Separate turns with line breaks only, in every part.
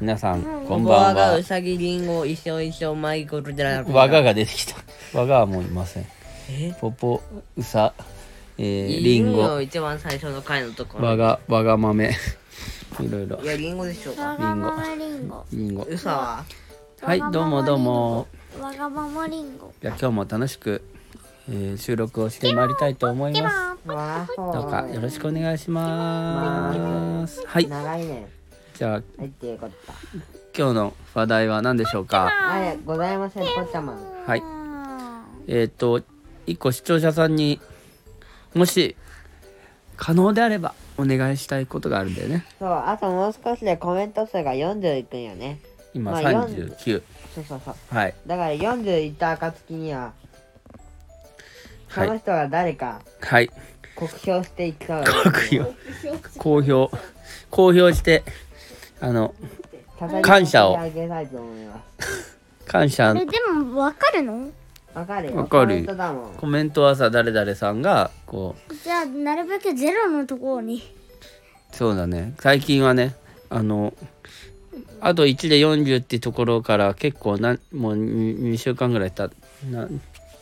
皆さん、こん
僕は
ばん
が
は
う。さぎりんご一生一生マイコルじゃなくて
我がが出てきた。 我がはもういません。
え
ポポ、うさ、えー、
リ
り
ン
ん
ゴ
ご、
一番最初の回のとこ
我
ろ
が、我が豆。 いろいろ
い。やリンゴでしょうか
わがままリンゴ。
りんご。
うさは
はい、どうもどうも。
わがままリンゴ。
じゃあ今日も楽しく、えー収録をしてまいりたいと思います。
わーほ
どうか
ー
よろしくお願いします。はい、
長いね
じゃあ
入ってよかった
今日の話題は何でしょうか。
あれございませんポッチャマン
はい。
うん
えっ、と一個視聴者さんにもし可能であればお願いしたいことがあるんだよね
そうあともう少しでコメント数が40いくんよね
今
まあ
39
そうそうそう
はい
だから40いった暁にはそ
はい
の人が誰か
はい
酷評していきそうよ
公表公表してあの
叩き
感謝を
上げたいと思います
感謝
え、でも、わかるの
わかるよ
わか
コメ
るよ
ントだもん
コメントはさ誰々さんがこう
じゃあ、なるべくゼロのところに。
そうだね最近はねあのあと1で40ってところから結構なもう2週間ぐらいたな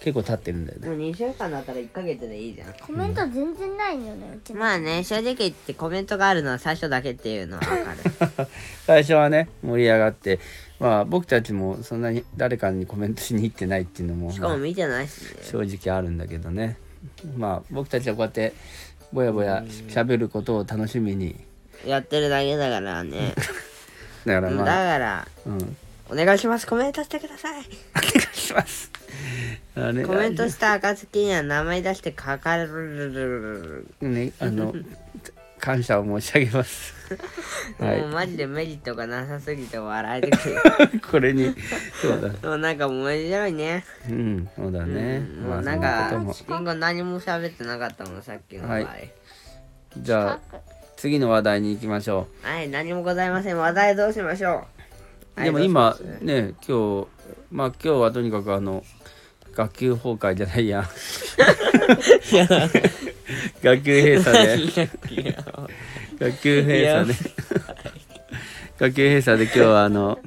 結構経ってるんだよね
もう2週間だったら1ヶ月でいいじゃん
コメント全然ないんよね、うちの。
まあね正直言ってコメントがあるのは最初だけっていうのはわかる
最初はね盛り上がってまあ僕たちもそんなに誰かにコメントしに行ってないっていうのも
しかも見てないしね
正直あるんだけどねまあ僕たちはこうやってぼやぼや喋ることを楽しみに
やってるだけだからね
だから
だ
まあ、
から
うん、お願
お願いしますコメントしてください
いしますあれ
コメントした暁には名前出して書かれる
ねあの感謝を申し上げます はい
もうマジでメリットがなさすぎて笑えて くる
これにそうだ
でもなんか面白いね
うんそうだね、
もうなんか
そんなこと
リンゴ何も喋ってなかったもんさっきの場合
は
はいい、
もじゃあ次の話題に行きましょう
何もございません話題どうしましょう
でも今ね今日まあ今日はとにかくあの学級崩壊じゃない や学級閉鎖で学級閉鎖で学級閉鎖で今日は あの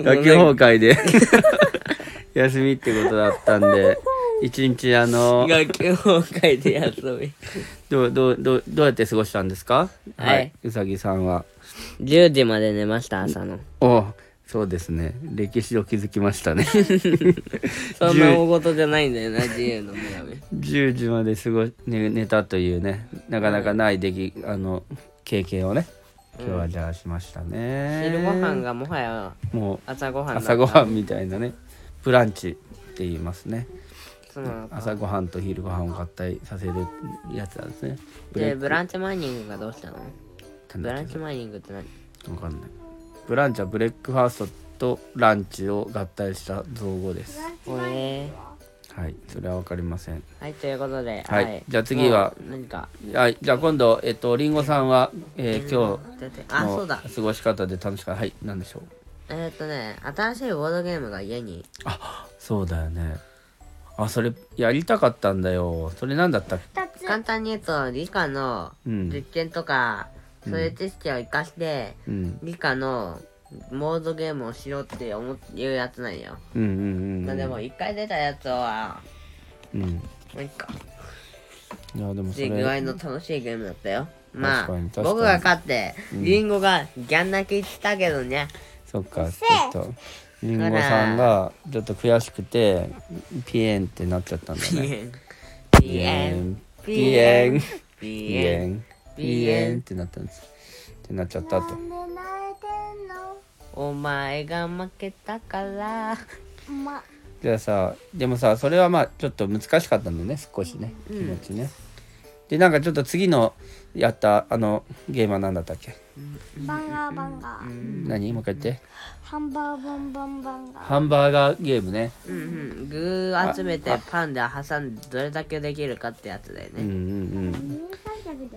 学級崩壊で休みってことだったんで一日あの
学級崩壊で遊 び
どうどうどうどうやって過ごしたんですか
はいう
さぎさんは
10時まで寝ました朝の
おそうですね歴史を築きましたね
そんな大事じゃないんだよな自由の女神
10時まで過ご寝寝たというねなかなかない出来、あの経験をね今日はじゃあしましたね、
昼ご飯がもはや
もう
朝ごはんだった
朝ごはんみたいなねブランチって言いますね
そうなのか
朝ごはんと昼ごはんを合体させるやつなんですねブレ
で
イク
ブランチマイニングがどうしたの
なん
ブ
だ
ラ
っ
ンチマイニングって何
けわかんないブランチはブレックファーストとランチを合体した造語です
おえ
はいそれはわかりません
ーはいということで
は
はい
じゃあ次は
もう何か
はいじゃあ今度えっとりんごさんは、えー今日
出てあそうだ
過ごし方で楽しかったはい何でしょう
えーっとね新しいボードゲームが家に
そうだよねあそれやりたかったんだよそれなんだったっけ
二つ。
簡単に言うと理科の
うん
実験とか、そういう知識を生かして、
うん
理科のモードゲームをしろって思ういうやつなんよ、
うんうんうん
まあでも一回出たやつは
うん
もういっか
いやでもそ
で具合
れ
の楽しいゲームだったよまあ
確かに確かに
僕が勝ってリンゴがギャン泣きしたけどね、
そっかちょっとりんごさんがちょっと悔しくてピエンってなっちゃったんだ
ピ
ね
エンピエン
ピエン
ピ
ピ
エ
エ
ン
ンピ
ピエ
エ
ン
ンってなったんですってなっちゃったと
なんで泣いてんの。
お前が負けたから
ま、
じゃあさでもさそれはまあちょっと難しかったんだよね少しね気持ちね、でなんかちょっと次のやったあのゲームは何だったっけ、
バンガーバンガー。
何もう一回言って
ハンバーボンバンバンガー。
ハンバーガーゲームね
うんうん具集めてパンで挟んでどれだけできるかってやつだよ
うん
ね、
うんうん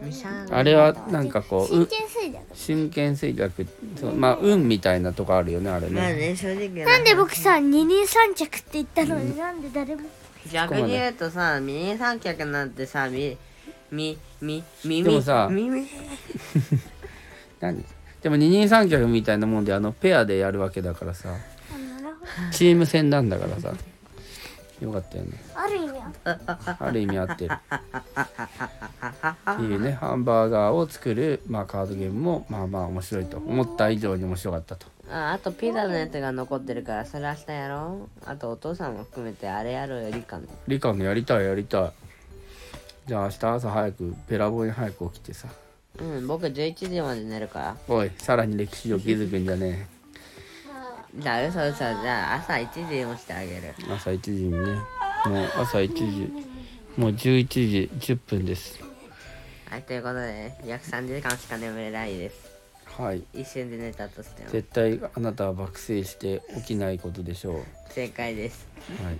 ミシャン
あれはなんかこう
真
う
剣水だよ。
真剣衰弱そうまあ運みたいなとこあるよねあれね,、
まあね正直
なんで僕さ、二人三脚って言ったのに、なんで誰も。
逆に言うとさミニ三脚なんてさみみみみ
でもさ
みみ
何でも二人三脚みたいなもんであのペアでやるわけだからさ
あなるほど
チーム戦なんだからさよかったよね
ある意味あ
ある意味合ってるっていうねハンバーガーを作る、まあ、カードゲームもまあまあ面白いと思った以上に面白かったと
ああとピザのやつが残ってるからそれ明日やろうあとお父さんも含めてあれやろうよりかの
理科のやりたいやりたいじゃあ明日朝早くべらぼうに早く起きてさ
うん僕11時まで寝るから
おいさらに歴史を築くんじゃね
じゃあ嘘嘘じゃあ朝1時にもしてあげる
え朝1時にねもう朝1時もう11時10分です
はいということで約3時間しか眠れないです
はい
一瞬で寝たとしても
絶対あなたは爆睡して起きないことでしょう
正解です
はい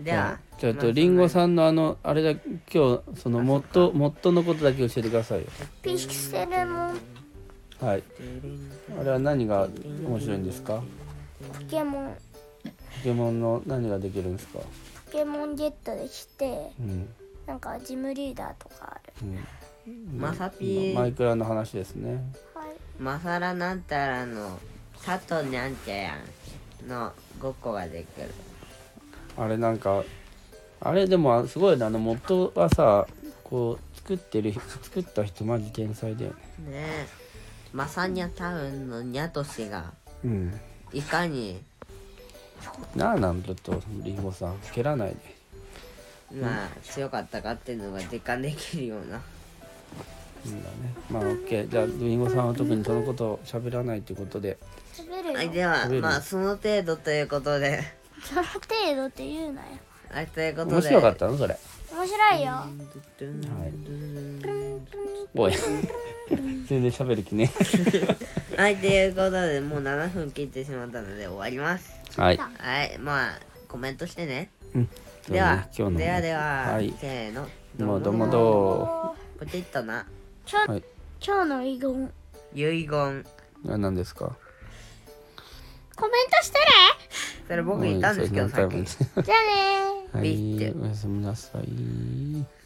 では
ちょっとリンゴさんのあのあれだ今日そのモットモットのことだけ教えてくださいよ
ピクセルも
はいあれは何が面白いんですか
ポケモン
ポケモンの何ができるんですか
ポケモンゲットできて
うん、
なんかジムリーダーとかある
まさぴ
マ
ー
イクラの話ですね
はい
まさらなんたらの佐藤にゃんちゃやんの5個ができる
あれなんかあれでもすごいねあのモットはさこう作ってる作った人マジ天才だよね
ねえまさにゃタウンのにゃとしが
うん
いかに
なあなんちょっとリンゴさん蹴らないで
まあ強かったかっていうのが実感できるようない
いんだねまあ OK じゃあリンゴさんは特にそのことを喋らないということで
食べ
は
る
い
よ
では
食べる
まあその程度ということで
その程度って言うなよ
はいということで
面白かったのそれ
面白いよ
おい 全然喋る気ね
はいということでもう7分切ってしまったので終わります
はい、
はいまあコメントしてね
うん、
では
今日の
ではでは、
はい
せーの
どうもどうもど
ポチッとな
ちょ
うはい
今日の遺言
遺言
あ何ですか
コメントしてね
それ僕いたんですけど
うそ
さ
う
っき
何回も言って
じゃあねー
は
ビ
い
ッて
おやすみなさい